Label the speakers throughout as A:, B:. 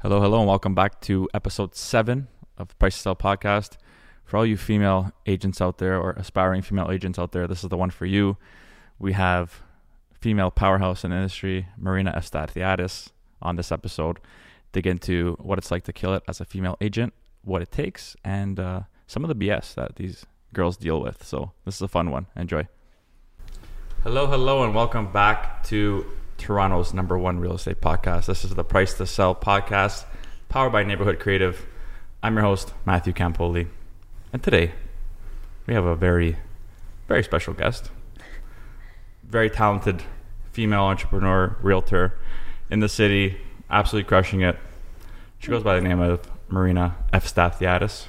A: Hello, hello, and welcome back to episode seven of Price to Sell podcast. For all you female agents out there or aspiring female agents out there, this is the one for you. We have female powerhouse in the industry, Marina Estathiadis, on this episode. Dig into what it's like to kill it as a female agent, what it takes, and uh, some of the BS that these girls deal with. So this is a fun one. Enjoy. Hello, hello, and welcome back to Toronto's number one real estate podcast. This is the Price to Sell podcast, powered by Neighborhood Creative. I'm your host, Matthew Campoli. And today, we have a very, very special guest. Very talented female entrepreneur, realtor in the city, absolutely crushing it. She goes by the name of Marina F. Stathiadis,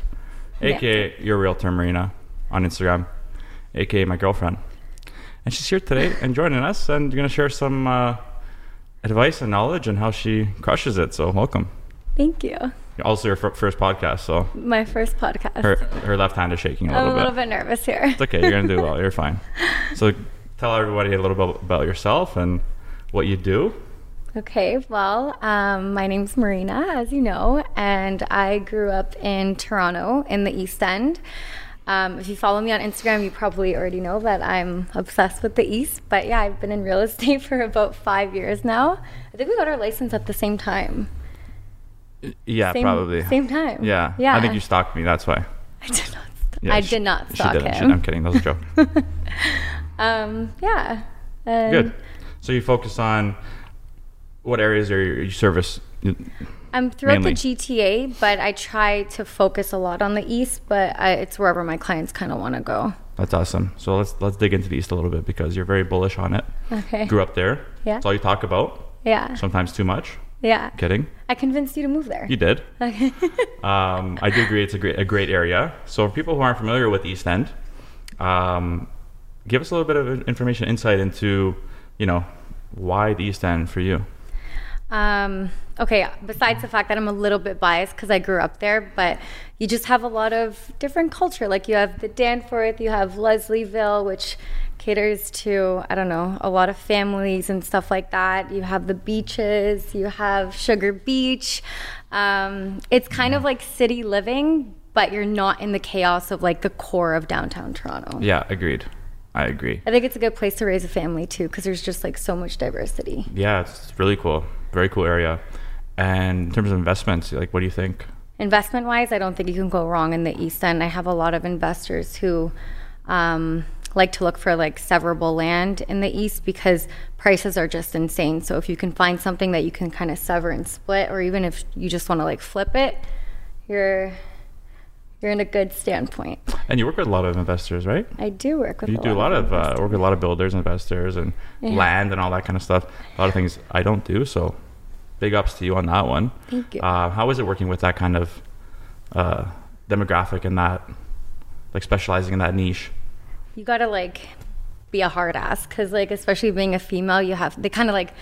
B: Yeah.
A: aka your realtor, Marina, on Instagram, aka my girlfriend. And she's here today and joining us and going to share some uh, advice and knowledge and how she crushes it. So, welcome.
B: Thank you.
A: Also, your f- first podcast, so
B: My first podcast.
A: her, her left hand is shaking a
B: I'm
A: little,
B: a little bit nervous here.
A: It's okay. You're going to do well. You're fine. So, tell everybody a little bit about yourself and what you do.
B: Okay, well, um, my name's Marina, as you know, and I grew up in Toronto in the East End. Um, if you follow me on Instagram, you probably already know that I'm obsessed with the East. But yeah, I've been in real estate for about five years now. I think we got our license at the same time.
A: Yeah,
B: Same-
A: probably.
B: Same time.
A: Yeah.
B: Yeah.
A: I think you stalked me. That's why.
B: I did not. St-
A: Yeah,
B: I
A: she-
B: did not
A: she
B: stalk
A: didn't. She-
B: him.
A: I'm kidding. That was a joke.
B: um. Yeah. And
A: Good. So, you focus on what areas are you, you service?
B: I'm throughout
A: Mainly.
B: the GTA, but I try to focus a lot on the East, but I, it's wherever my clients kind of want to go.
A: That's awesome. So let's let's dig into the East a little bit because you're very bullish on it.
B: Okay.
A: Grew up there.
B: Yeah.
A: That's all you talk about.
B: Yeah.
A: Sometimes too much.
B: Yeah.
A: Kidding.
B: I convinced you to move there.
A: You did.
B: Okay.
A: Um, I do agree. It's a great a great area. So for people who aren't familiar with East End, um, give us a little bit of information, insight into, you know, why the East End for you.
B: Um, okay, besides the fact that I'm a little bit biased because I grew up there, but you just have a lot of different culture. Like you have the Danforth, you have Leslieville, which caters to, I don't know, a lot of families and stuff like that. You have the beaches, you have Sugar Beach. Um, it's kind of like city living, but you're not in the chaos of like the core of downtown Toronto.
A: Yeah, agreed. I agree.
B: I think it's a good place to raise a family too because there's just like so much diversity.
A: Yeah, it's it's really cool. Very cool area. And in terms of investments, like, what do you think?
B: investment wise, I don't think you can go wrong in the East End. I have a lot of investors who um, like to look for like severable land in the East because prices are just insane. So if you can find something that you can kind of sever and split, or even if you just want to like flip it, you're you're in a good standpoint.
A: And you work with a lot of investors, right?
B: I do work with
A: You do a lot of uh,
B: investors.
A: work with a lot of builders, investors, and
B: Yeah.
A: land and all that kind of stuff. A lot of things I don't do, so big ups to you on that one.
B: Thank you.
A: Uh, how is it working with that kind of uh, demographic and that, like specializing in that niche?
B: you gotta like be a hard ass because like especially being a female, you have they kind of like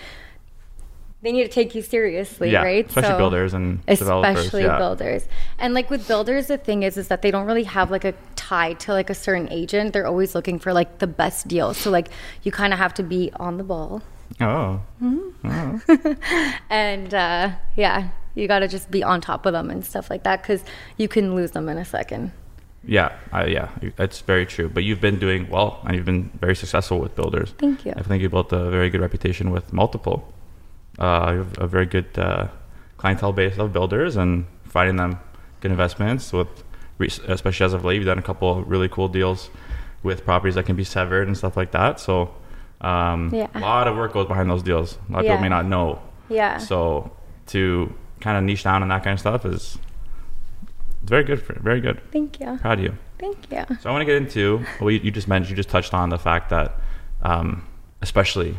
B: they need to take you seriously,
A: yeah,
B: right?
A: especially
B: So-
A: builders and developers.
B: especially
A: Yeah.
B: builders and like with builders the thing is is that they don't really have like a tie to like a certain agent they're always looking for like the best deal so like you kind of have to be on the ball
A: Oh,
B: and uh, yeah you got to just be on top of them and stuff like that because you can lose them in a second
A: yeah, I yeah, you- that's very true. But you've been doing well, and you've been very successful with builders.
B: thank you
A: I think you built a very good reputation with multiple. Uh, you have a very good uh, clientele base of builders and finding them good investments with, re- especially as of late, you've done a couple of really cool deals with properties that can be severed and stuff like that. So um,
B: Yeah.
A: a lot of work goes behind those deals. A lot of people
B: Yeah.
A: may not know.
B: yeah
A: So to kind of niche down on that kind of stuff is it's very good. For, very good.
B: thank you
A: Proud of you.
B: thank you
A: So I want to get into what you, you just mentioned. You just touched on the fact that, um, especially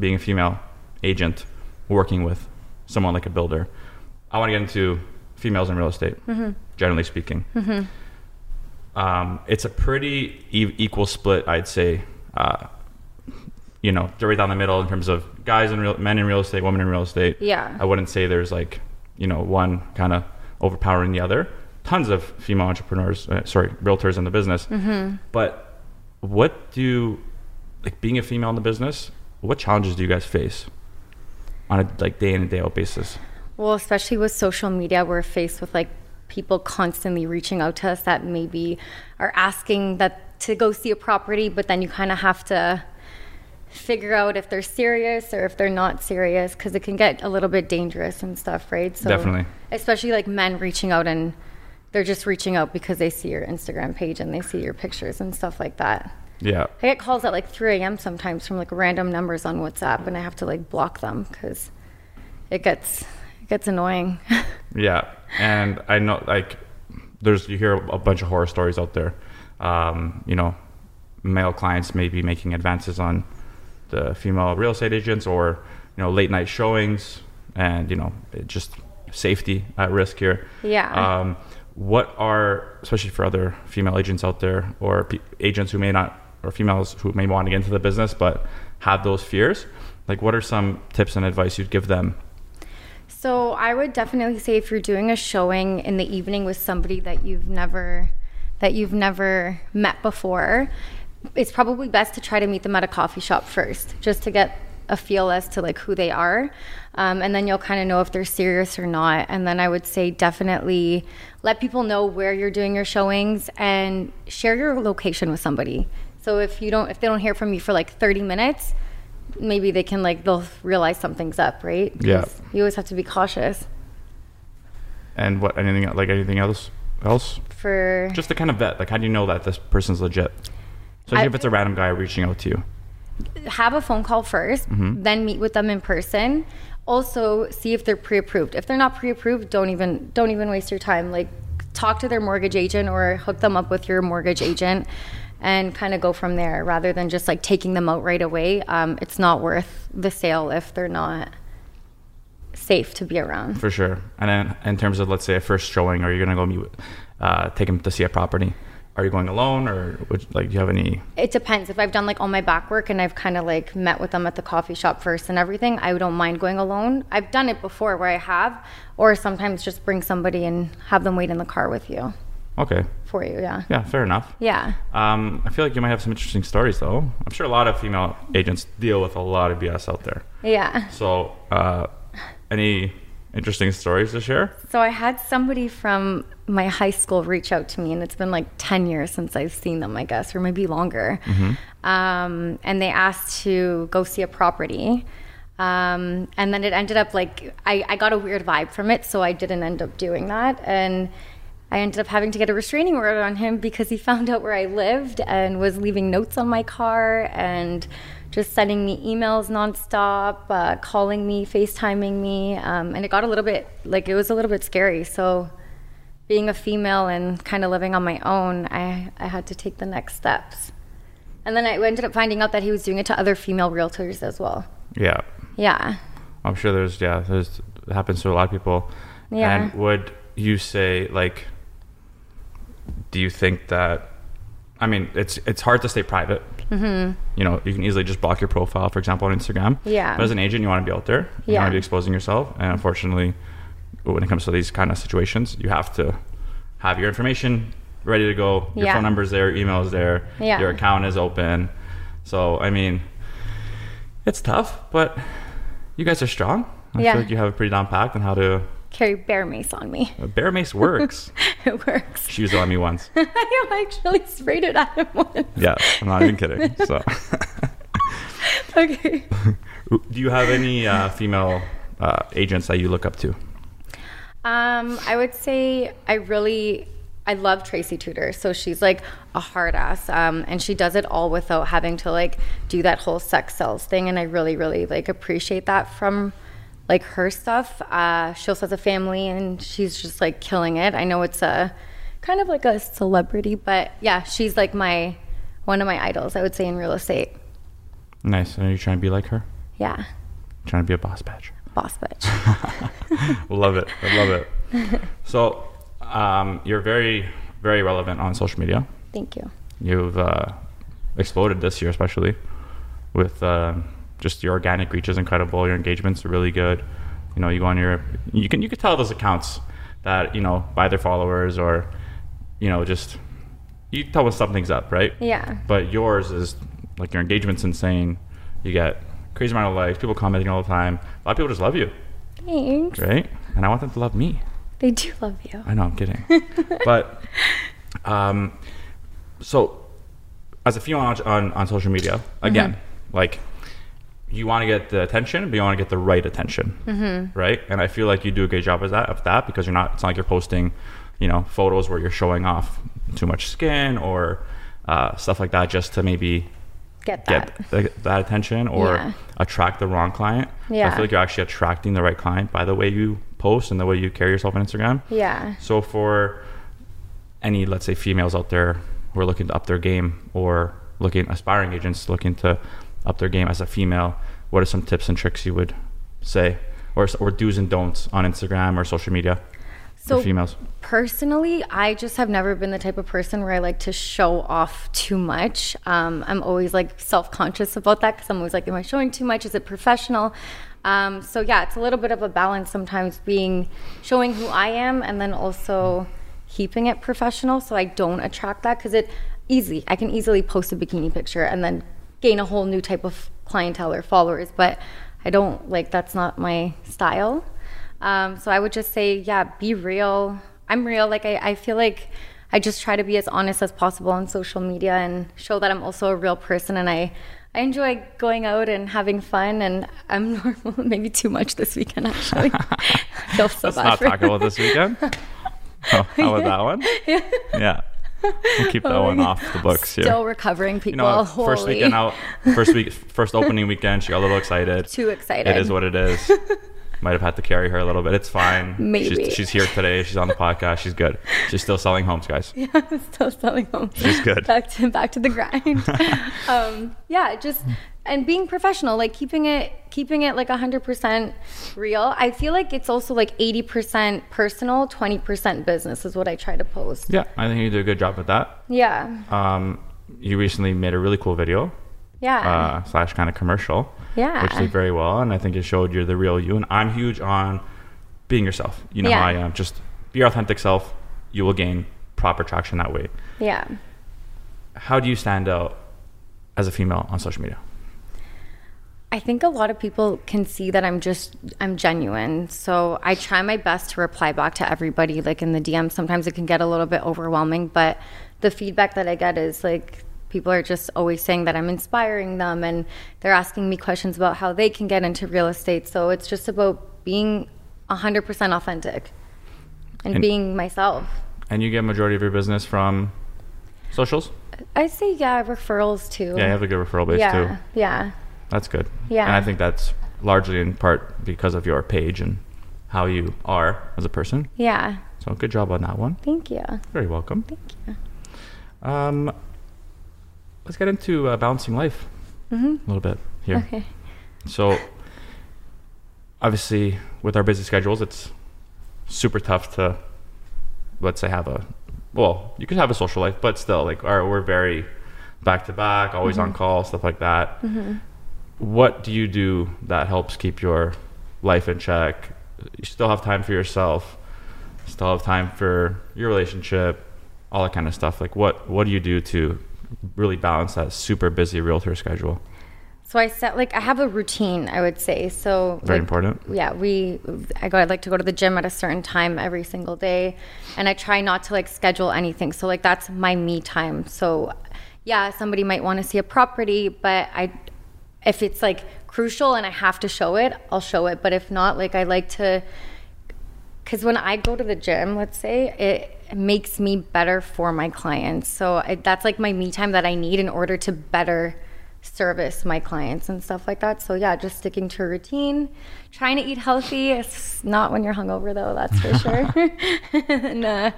A: being a female agent working with someone like a builder, I want to get into females in real estate, generally speaking. Um, it's a pretty e- equal split, I'd say. Uh, you know, right down the middle in terms of guys in real, men in real estate, women in real estate.
B: Yeah.
A: I wouldn't say there's like, you know, one kind of overpowering the other. Tons of female entrepreneurs, uh, sorry, realtors in the business. But what do, like being a female in the business, what challenges do you guys face on a like day in and day out basis?
B: Well, especially with social media, we're faced with like people constantly reaching out to us that maybe are asking that to go see a property, but then you kind of have to figure out if they're serious or if they're not serious because it can get a little bit dangerous and stuff, right? So
A: Definitely.
B: especially like men reaching out and they're just reaching out because they see your Instagram page and they see your pictures and stuff like that.
A: Yeah.
B: I get calls at like 3 a.m. sometimes from like random numbers on WhatsApp, and I have to like block them because it gets it gets annoying.
A: Yeah, and I know like there's you hear a bunch of horror stories out there. Um, you know, male clients may be making advances on the female real estate agents, or you know, late night showings, and you know, it just safety at risk here.
B: Yeah.
A: Um, what are especially for other female agents out there, or pe agents who may not, or females who may want to get into the business but have those fears? Like, what are some tips and advice you'd give them?
B: so I would definitely say if you're doing a showing in the evening with somebody that you've never that you've never met before, it's probably best to try to meet them at a coffee shop first, just to get a feel as to like who they are, um, and then you'll kind of know if they're serious or not. And then I would say definitely let people know where you're doing your showings and share your location with somebody. So if you don't, if they don't hear from you for like 30 minutes, maybe they can like they'll realize something's up, right? 'Cause
A: Yeah.
B: You always have to be cautious
A: And what anything like anything else else?
B: for
A: Just to kind of vet, like how do you know that this person's legit? So
B: I-
A: if it's a random guy reaching out to you.
B: have a phone call 1st then meet with them in person. Also, see if they're pre-approved. If they're not pre-approved, don't even don't even waste your time. Like talk to their mortgage agent or hook them up with your mortgage agent and kind of go from there rather than just like taking them out right away. Um, it's not worth the sale if they're not safe to be around.
A: For sure. And then in terms of let's say a first showing, are you gonna go meet, with- uh, take him to see a property? Are you going alone or would, like do you have any?
B: It depends. If I've done like all my back work and I've kind of like met with them at the coffee shop first and everything, I don't mind going alone. I've done it before where I have, or sometimes just bring somebody and have them wait in the car with you
A: Okay,
B: for you. Yeah.
A: yeah, fair enough.
B: Yeah.
A: Um, I feel like you might have some interesting stories though. I'm sure a lot of female agents deal with a lot of BS out there.
B: Yeah.
A: So uh, any interesting stories to share?
B: So I had somebody from my high school reach out to me, and it's been like 10 years since I've seen them, I guess, or maybe longer. Um, and they asked to go see a property. Um, and then it ended up like I, I got a weird vibe from it, so I didn't end up doing that. And I ended up having to get a restraining order on him because he found out where I lived and was leaving notes on my car and just sending me emails nonstop, uh, calling me, FaceTiming me. Um, and it got a little bit, like, it was a little bit scary. So, being a female and kind of living on my own, I, I had to take the next steps. And then I ended up finding out that he was doing it to other female realtors as well.
A: Yeah,
B: Yeah.
A: I'm sure there's yeah, there's it happens to a lot of people.
B: Yeah.
A: And would you say like do you think that I mean it's it's hard to stay private. Mm-hmm. You know, you can easily just block your profile, for example, on Instagram.
B: Yeah.
A: But as an agent you want to be out there. You
B: Yeah.
A: want to be exposing yourself. And unfortunately when it comes to these kind of situations, you have to have your information ready to go. Your
B: Yeah.
A: phone number's there, your email's there,
B: Yeah.
A: your account is open. So I mean it's tough, but you guys are strong. I
B: Yeah.
A: feel like you have it pretty down packed on how to.
B: Carry bear mace on me.
A: Uh, bear mace works.
B: it works.
A: she was on me once.
B: I actually sprayed it at him once.
A: Yeah, I'm not even kidding. So,
B: Okay.
A: do you have any uh, female uh, agents that you look up to?
B: Um, I would say I really I love Tracy Tudor. So she's like a hard ass, um, and she does it all without having to like do that whole sex sells thing. And I really, really like appreciate that from like her stuff. Uh, she also has a family, and she's just like killing it. I know it's a kind of like a celebrity, but yeah, she's like my one of my idols. I would say in real estate.
A: Nice. Are you trying to be like her?
B: Yeah,
A: Trying to be a boss badge.
B: boss bitch.
A: love it. I love it. So, um, you're very, very relevant on social media.
B: Thank you.
A: You've uh, exploded this year, especially with uh, just your organic reach is incredible. Your engagements are really good. You know, you go on your you can you can tell those accounts that you know by their followers or you know just you tell when something's up, right?
B: Yeah.
A: But yours is like your engagement's insane. You get crazy amount of likes, people commenting all the time. A lot of people just love you,
B: Thanks.
A: right? and I want them to love me.
B: They do love you.
A: I know, I'm kidding. but um, so as a female on, on, on social media,
B: Mm-hmm.
A: again, like you want to get the attention, but you want to get the right attention,
B: Mm-hmm.
A: right? And I feel like you do a great job of that, of that, because you're not. It's not like you're posting, you know, photos where you're showing off too much skin or uh, stuff like that, just to maybe
B: Get that.
A: get th- that attention or
B: Yeah.
A: attract the wrong client. I
B: Yeah.
A: feel like you're actually attracting the right client by the way you post and the way you carry yourself on Instagram.
B: Yeah.
A: So for any, let's say, females out there who are looking to up their game or looking aspiring agents looking to up their game as a female, what are some tips and tricks you would say, or or do's and don'ts on Instagram or social media
B: So
A: for females?
B: personally, I just have never been the type of person where I like to show off too much. Um, I'm always like self conscious about that because I'm always like, am I showing too much? Is it professional? Um, so yeah, it's a little bit of a balance sometimes being showing who I am and then also keeping it professional so I don't attract that because it easy. I can easily post a bikini picture and then gain a whole new type of clientele or followers, but I don't like that's not my style. Um, so I would just say, yeah, be real. I'm real. Like I, I feel like I just try to be as honest as possible on social media and show that I'm also a real person and I I enjoy going out and having fun and I'm normal maybe too much this weekend actually. I feel so
A: Let's
B: bad
A: not
B: for-
A: talk about this weekend. Oh, how about that one? Yeah. We'll keep that
B: Oh my
A: one
B: God.
A: off the books here.
B: Still recovering people.
A: you know, first
B: Holy.
A: weekend out, first week, first opening weekend, she got a little excited.
B: Too excited.
A: It is what it is. Might have had to carry her a little bit. It's fine.
B: Maybe.
A: she's, she's here today. She's on the podcast. She's good. She's still selling homes, guys.
B: I'm still selling home.
A: She's good.
B: Back to back to the grind. um, yeah, just and being professional, like keeping it keeping it like 100% real. I feel like it's also like 80% personal, 20% business is what I try to post.
A: Yeah, I think you do a good job with that.
B: Yeah.
A: Um, you recently made a really cool video
B: Yeah.
A: uh, slash kind of commercial,
B: Um. yeah.
A: which did very well, and I think it showed you're the real you. And I'm huge on being yourself. You know how I
B: Yeah.
A: am. Just be your authentic self. You will gain proper traction that way.
B: yeah.
A: How do you stand out as a female on social media?
B: I think a lot of people can see that I'm just I'm genuine. So I try my best to reply back to everybody like in the DM. Sometimes it can get a little bit overwhelming, but the feedback that I get is like people are just always saying that I'm inspiring them and they're asking me questions about how they can get into real estate. So it's just about being 100% authentic and,
A: And-
B: being myself.
A: And you get majority of your business from socials.
B: I say yeah, referrals too.
A: Yeah, you have a good referral base
B: yeah,
A: too.
B: yeah.
A: That's good.
B: Yeah.
A: And I think that's largely in part because of your page and how you are as a person.
B: Yeah.
A: So good job on that one.
B: Thank you.
A: Very welcome.
B: Thank you.
A: Um, let's get into uh, balancing life
B: Mhm.
A: a little bit here.
B: Okay.
A: So obviously, with our busy schedules, it's super tough to let's say have a well, you could have a social life, but still, like our, we're very back to back, always on call, stuff like that. What do you do that helps keep your life in check? You still have time for yourself, still have time for your relationship, all that kind of stuff. Like, what what do you do to really balance that super busy realtor schedule?
B: So I set like I have a routine. I would say so.
A: Very
B: like,
A: important.
B: Yeah, we. I go. I like to go to the gym at a certain time every single day, and I try not to like schedule anything. So like that's my me time. So, yeah, somebody might want to see a property, but I, if it's like crucial and I have to show it, I'll show it. But if not, like I like to because when I go to the gym, let's say, it makes me better for my clients. So I, that's like my me time that I need in order to better service my clients and stuff like that. So yeah, just sticking to a routine, trying to eat healthy. It's not when you're hungover though, that's for sure. and uh,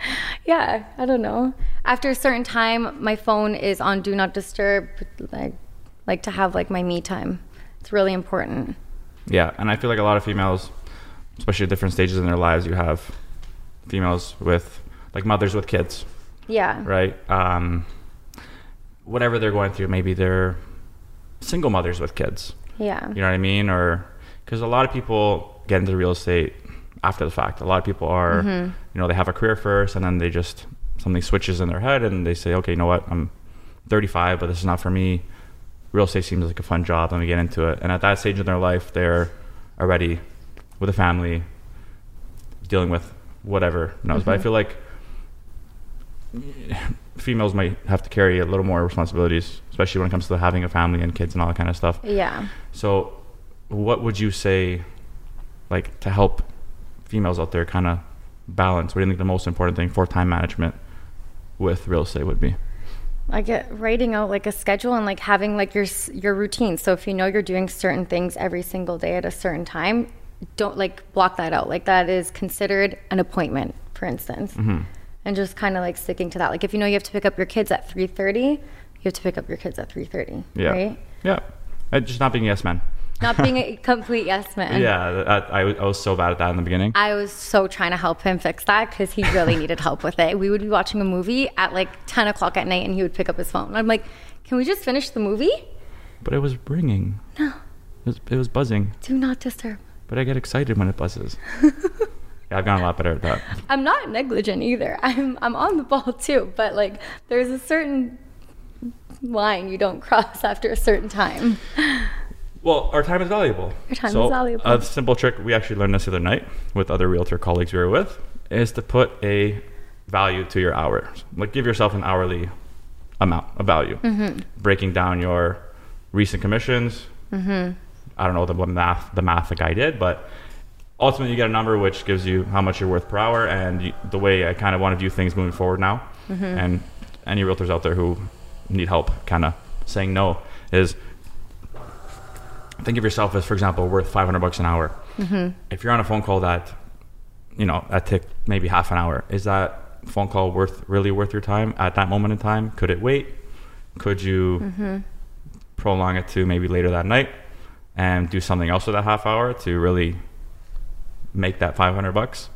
B: yeah, I don't know. After a certain time, my phone is on do not disturb. I like to have like my me time. It's really important.
A: Yeah, and I feel like a lot of females, especially at different stages in their lives, you have females with like mothers with kids,
B: Yeah.
A: right? Um, whatever they're going through, maybe they're single mothers with kids.
B: Yeah.
A: You know what I mean? Or because a lot of people get into real estate after the fact. A lot of people are, you know, they have a career first, and then they just something switches in their head, and they say, okay, you know what? I'm 35, but this is not for me. Real estate seems like a fun job. Let me get into it. And at that stage in their life, they're already with a family, dealing with whatever knows. But I feel like females might have to carry a little more responsibilities, especially when it comes to having a family and kids and all that kind of stuff.
B: Yeah.
A: So, what would you say, like, to help females out there kind of balance? What do you think the most important thing for time management with real estate would be?
B: I get writing out like a schedule and like having like your s- your routine. So if you know you're doing certain things every single day at a certain time, don't like block that out. Like that is considered an appointment, for instance.
A: Mm-hmm.
B: And just kind of like sticking to that. Like if you know you have to pick up your kids at 3:30, you have to pick up your kids at 3:30,
A: Yeah.
B: right?
A: Yeah. Uh, just not being a yes man.
B: Not being a complete yes man.
A: Yeah, th- that, I, w- I was so bad at that in the beginning.
B: I was so trying to help him fix that because he really needed help with it. We would be watching a movie at like 10 o'clock at night and he would pick up his phone. I'm like, can we just finish the movie?
A: but it was ringing.
B: No.
A: It was, it was buzzing.
B: Do not disturb.
A: But I get excited when it buzzes. yeah, I've gotten a lot better at that.
B: I'm not negligent either. I'm I'm on the ball too, but like there's a certain line you don't cross after a certain time.
A: Well, our time is valuable.
B: Our time
A: So,
B: is valuable.
A: A simple trick we actually learned this the other night with other realtor colleagues we were with is to put a value to your hours. Like give yourself an hourly amount, a value,
B: Mm-hmm.
A: breaking down your recent commissions.
B: Mm-hmm.
A: I don't know the what math the math like I did, but ultimately you get a number which gives you how much you're worth per hour. And you, the way I kind of want to view things moving forward now,
B: Mm-hmm.
A: and any realtors out there who need help kind of saying no is think of yourself as, for example, worth 500 bucks an hour. If you're on a phone call that, you know, that took maybe half an hour, is that phone call worth really worth your time at that moment in time? Could it wait? Could you
B: Mm. Mm-hmm.
A: prolong it to maybe later that night and do something else with that half hour to really make that 500 bucks?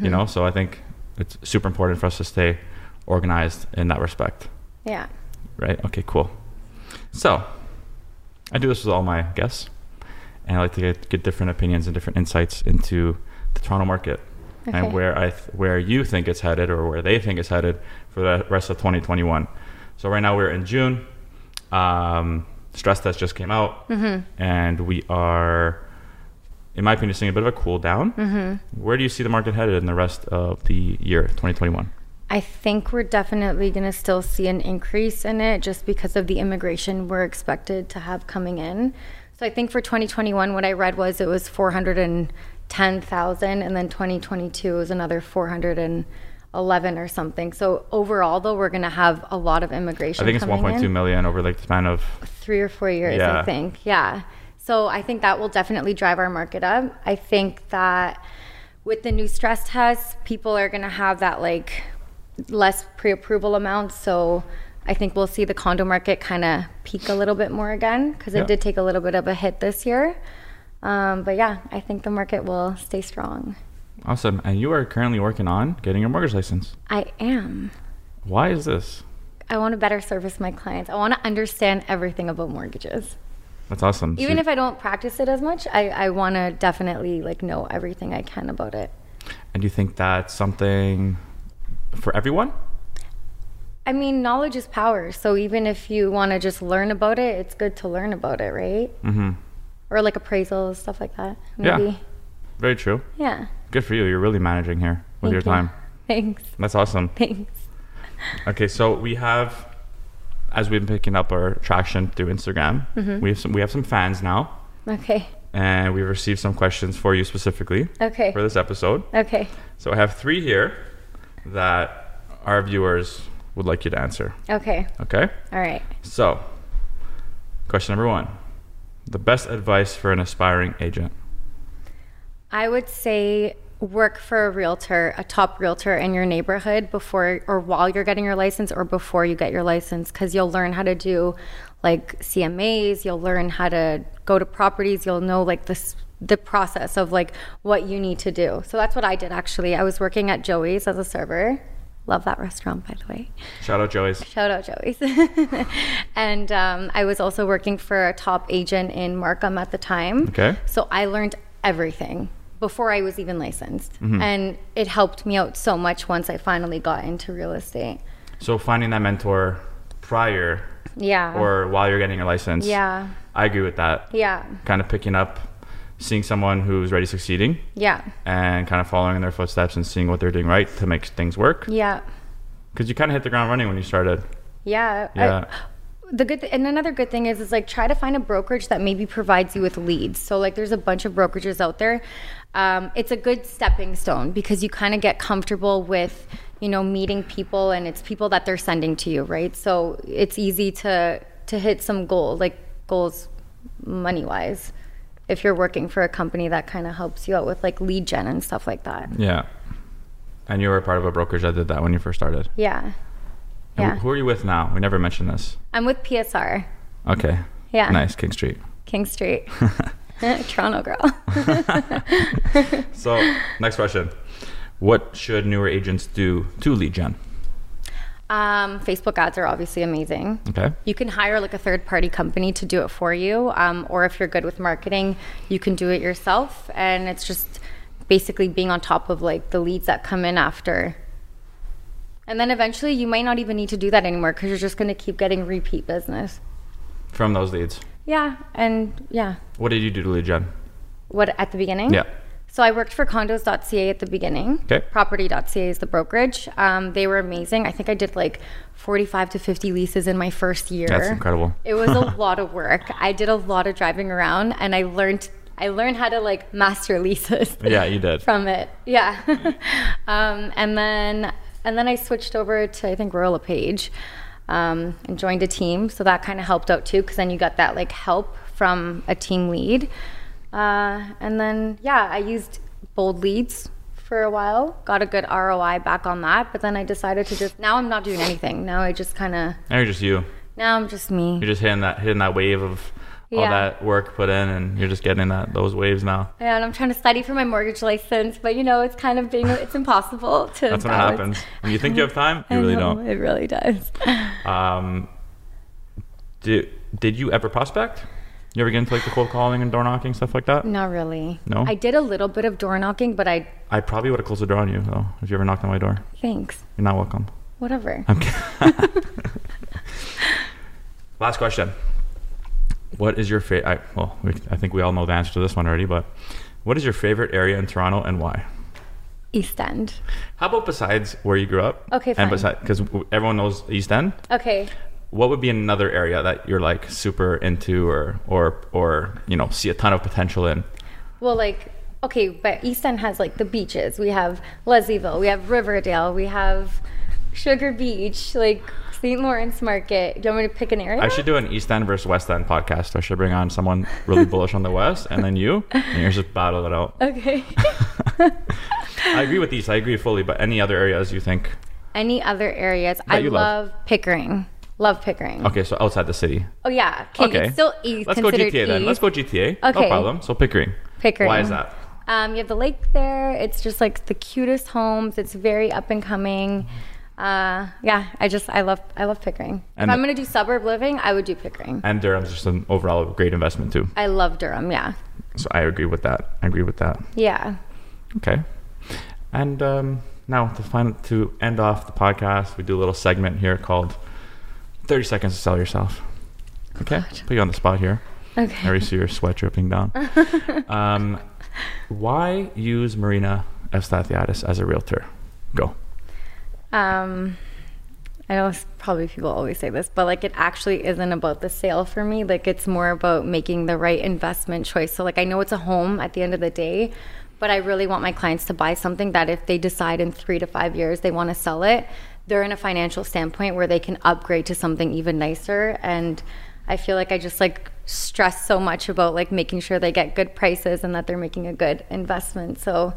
A: You know, so I think it's super important for us to stay organized in that respect
B: Yeah.
A: right? Okay, cool. So, I do this with all my guests, and I like to get, get different opinions and different insights into the Toronto market
B: Okay.
A: and where I th- where you think it's headed or where they think it's headed for the rest of 2021. So right now we're in June. Um, stress test just came out,
B: Mm-hmm.
A: and we are, in my opinion, seeing a bit of a cool down.
B: Mm-hmm.
A: Where do you see the market headed in the rest of the year 2021?
B: I think we're definitely going to still see an increase in it just because of the immigration we're expected to have coming in. So I think for 2021, what I read was it was 410,000, and then 2022 was another 411 or something. So overall, though, we're going to have a lot of immigration.
A: I think it's
B: coming
A: 1.2
B: in.
A: million over like the span of
B: three or four years,
A: Yeah.
B: I think. Yeah. So I think that will definitely drive our market up. I think that with the new stress test, people are going to have that like less pre approval amount. So I think we'll see the condo market kind of peak a little bit more again because
A: Yeah.
B: it did take a little bit of a hit this year. Um, but yeah, I think the market will stay strong.
A: Awesome. And you are currently working on getting your mortgage license.
B: I am.
A: Why is this?
B: I want to better service my clients. I want to understand everything about mortgages.
A: That's awesome.
B: even
A: So-
B: if I don't practice it as much, I, I want to definitely like know everything I can about it.
A: and you think that's something for everyone?
B: I mean, knowledge is power. So even if you want to just learn about it, it's good to learn about it, right?
A: Mm-hmm.
B: Or like appraisals, stuff like that.
A: Yeah.
B: Maybe.
A: Very true.
B: Yeah.
A: Good for you. You're really managing here with
B: Thank
A: your
B: you.
A: time.
B: Thanks.
A: That's awesome.
B: Thanks.
A: Okay, so we have, as we've been picking up our traction through Instagram,
B: Mm-hmm.
A: we have some we have some fans now,
B: Okay.
A: and we've received some questions for you specifically
B: Okay.
A: for this episode.
B: Okay.
A: So I have three here that our viewers would like you to answer.
B: Okay.
A: Okay.
B: All right.
A: So, question number one The best advice for an aspiring agent.
B: I would say work for a realtor, a top realtor in your neighborhood before or while you're getting your license or before you get your license because you'll learn how to do like CMAs, you'll learn how to go to properties, you'll know like this the process of like what you need to do. So that's what I did actually. I was working at Joey's as a server. Love that restaurant by the way.
A: Shout out Joey's.
B: Shout out Joey's. and um, I was also working for a top agent in Markham at the time.
A: Okay.
B: So I learned everything before I was even licensed. And it helped me out so much once I finally got into real estate.
A: So, finding that mentor prior
B: Yeah.
A: or while you're getting your license.
B: yeah.
A: I agree with that.
B: Yeah.
A: Kind of picking up seeing someone who's already succeeding
B: Yeah.
A: and kind of following in their footsteps and seeing what they're doing right to make things work.
B: Yeah.
A: Because you kind of hit the ground running when you started.
B: Yeah. I-
A: Yeah.
B: the good th- and another good thing is is like try to find a brokerage that maybe provides you with leads so like there's a bunch of brokerages out there um, it's a good stepping stone because you kind of get comfortable with you know meeting people and it's people that they're sending to you right so it's easy to to hit some goal like goals money wise if you're working for a company that kind of helps you out with like lead gen and stuff like that
A: yeah. And you were a part of a brokerage that did that when you first started.
B: yeah
A: And
B: yeah
A: who are you with now? We never mentioned this.
B: i'm with psr
A: Okay.
B: yeah
A: Nice, King Street.
B: king street toronto girl
A: So, next question. What should newer agents do to lead gen?
B: Um, Facebook ads are obviously amazing.
A: Okay.
B: You can hire like a third party company to do it for you, um, or if you're good with marketing, you can do it yourself. And it's just basically being on top of like the leads that come in after. And then eventually, you might not even need to do that anymore because you're just going to keep getting repeat business.
A: From those leads.
B: Yeah, and yeah.
A: What did you do to lead gen?
B: What at the beginning?
A: Yeah.
B: So I worked for condos.ca at the beginning.
A: Okay.
B: Property.ca is the brokerage. Um, they were amazing. I think I did like 45 to 50 leases in my first year.
A: That's incredible.
B: It was a lot of work. I did a lot of driving around and I learned I learned how to like master leases
A: Yeah, you did.
B: from it. Yeah.
A: Mm-hmm.
B: um, and then and then I switched over to I think Royal Page um, and joined a team. So that kind of helped out too because then you got that like help from a team lead. Uh, and then yeah, I used bold leads for a while. Got a good ROI back on that, but then I decided to just now I'm not doing anything. Now I just kind of
A: Now you're just you.
B: now I'm just me.
A: You're just hitting that hitting that wave of all
B: Yeah.
A: that work put in, and you're just getting that those waves now.
B: Yeah, and I'm trying to study for my mortgage license, but you know, it's kind of being it's impossible to.
A: That's what
B: balance.
A: happens. When you think you have time, you
B: I
A: really
B: know,
A: don't.
B: It really does.
A: Um, did did you ever prospect? You ever get into like the cold calling and door knocking stuff like that?
B: Not really.
A: No?
B: I did a little bit of door knocking, but I
A: I probably would have closed the door on you though if you ever knocked on my door.
B: thanks.
A: You're not welcome.
B: Whatever.
A: I'm kidding. Last question. What is your favorite? Well, we, I think we all know the answer to this one already, but what is your favorite area in Toronto and why?
B: East End.
A: How about besides where you grew up?
B: Okay, fine.
A: And besides, because everyone knows East End.
B: Okay.
A: What would be another area that you're like super into, or or or you know see a ton of potential in?
B: Well, like okay, but East End has like the beaches. We have Leslieville. We have Riverdale. We have Sugar Beach. Like St. Lawrence Market. Do you want me to pick an area?
A: I should do an East End versus West End podcast. I should bring on someone really bullish on the West, and then you, and you're just battle it out.
B: Okay.
A: I agree with these. I agree fully. But any other areas you think?
B: Any other areas? I
A: you love.
B: love, Pickering. Love Pickering.
A: Okay, so outside the city.
B: Oh yeah. Okay.
A: Okay.
B: It's still east.
A: Let's go
B: considered E.
A: GTA then.
B: east.
A: Let's go GTA. No
B: Okay.
A: problem. So Pickering.
B: Pickering.
A: Why is that?
B: Um, you have the lake there. It's just like the cutest homes. It's very up and coming. Uh, yeah, I just I love I love Pickering.
A: And-
B: if I'm gonna do suburb living, I would do Pickering.
A: And Durham's just an overall great investment too.
B: I love Durham. Yeah,
A: So I agree with that. I agree with that.
B: yeah.
A: Okay. And um, now to final to end off the podcast, we do a little segment here called 30 seconds to sell yourself. Okay. Put you on the spot here. I
B: Okay.
A: already see your sweat dripping down. um, why use Marina Evstathiadis as a realtor? Go.
B: Um, I know s- probably people always say this, but like it actually isn't about the sale for me. Like it's more about making the right investment choice. So like I know it's a home at the end of the day, but I really want my clients to buy something that if they decide in three to five years they want to sell it, they're in a financial standpoint where they can upgrade to something even nicer. And I feel like I just like stress so much about like making sure they get good prices and that they're making a good investment. So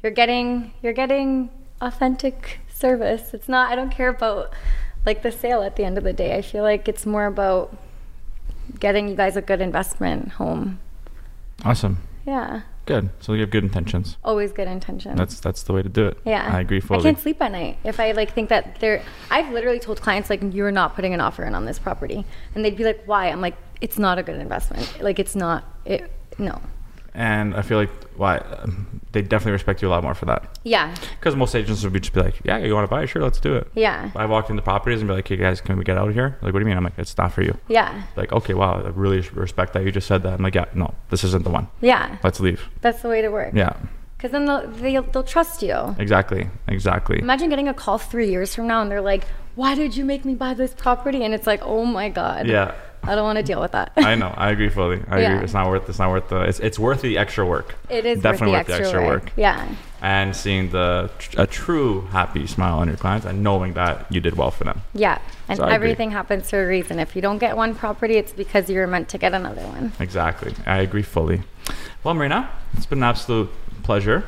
B: you're getting you're getting authentic service it's not i don't care about like the sale at the end of the day i feel like it's more about getting you guys a good investment home
A: Awesome.
B: yeah
A: Good. So you have good intentions.
B: always good intention
A: That's that's the way to do it.
B: yeah
A: I agree fully.
B: i can't sleep at night if i like think that they're i've literally told clients like you're not putting an offer in on this property and they'd be like why i'm like it's not a good investment like it's not it no
A: And I feel like why um, they definitely respect you a lot more for that
B: Yeah.
A: because most agents would be just be like, "Yeah, you want to buy? Sure, let's do it."
B: Yeah.
A: I walked into properties and be like, "Hey guys, can we get out of here?" Like, what do you mean? I'm like, "It's not for you."
B: Yeah.
A: Like, okay, wow, I really respect that you just said that. I'm like, yeah, no, this isn't the one.
B: Yeah.
A: Let's leave.
B: That's the way to work.
A: Yeah,
B: Because then they'll, they'll, they'll trust you.
A: exactly, exactly.
B: Imagine getting a call three years from now and they're like, why did you make me buy this property? And it's like, oh my God.
A: Yeah,
B: I don't want to deal with that.
A: I know. I agree fully. I
B: Yeah.
A: agree. It's not worth. It's not worth the. It's it's worth the extra work.
B: it is
A: definitely
B: worth the extra, work. Yeah.
A: and seeing the tr- a true happy smile on your clients and knowing that you did well for them.
B: Yeah. And
A: So I agree.
B: everything happens for a reason. If you don't get one property, it's because you were meant to get another one.
A: Exactly. I agree fully. Well, Marina, it's been an absolute pleasure.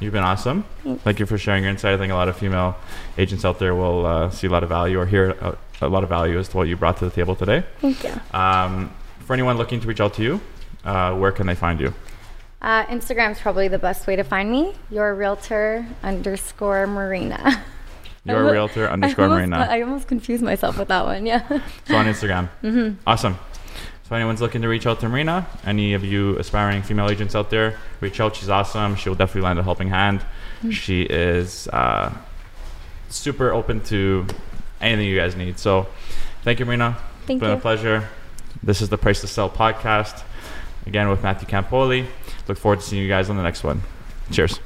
A: You've been awesome. Thank you for sharing your insight. I think a lot of female agents out there will uh, see a lot of value or hear a, a lot of value as to what you brought to the table today.
B: Thank you.
A: Um, for anyone looking to reach out to you, uh, where can they find you?
B: Uh, Instagram's probably the best way to find me. Your realtor underscore Marina.
A: Your
B: I almo-
A: realtor underscore
B: I almost,
A: Marina.
B: I almost confused myself with that one. Yeah.
A: So on Instagram.
B: Mm-hmm.
A: Awesome. So anyone's looking to reach out to Marina, any of you aspiring female agents out there, reach out. She's awesome. She'll definitely lend a helping hand.
B: Mm-hmm.
A: She is uh, super open to anything you guys need. So thank you, Marina.
B: Thank
A: it's been
B: you.
A: a pleasure. This is the Price to Sell podcast. Again with Matthew Campoli. Look forward to seeing you guys on the next one. Cheers.